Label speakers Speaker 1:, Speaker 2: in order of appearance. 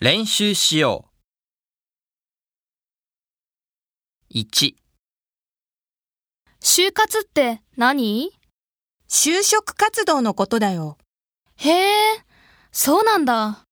Speaker 1: 練習しよう。1、
Speaker 2: 就活って何
Speaker 3: 就職活動のことだよ。
Speaker 2: へえ、そうなんだ。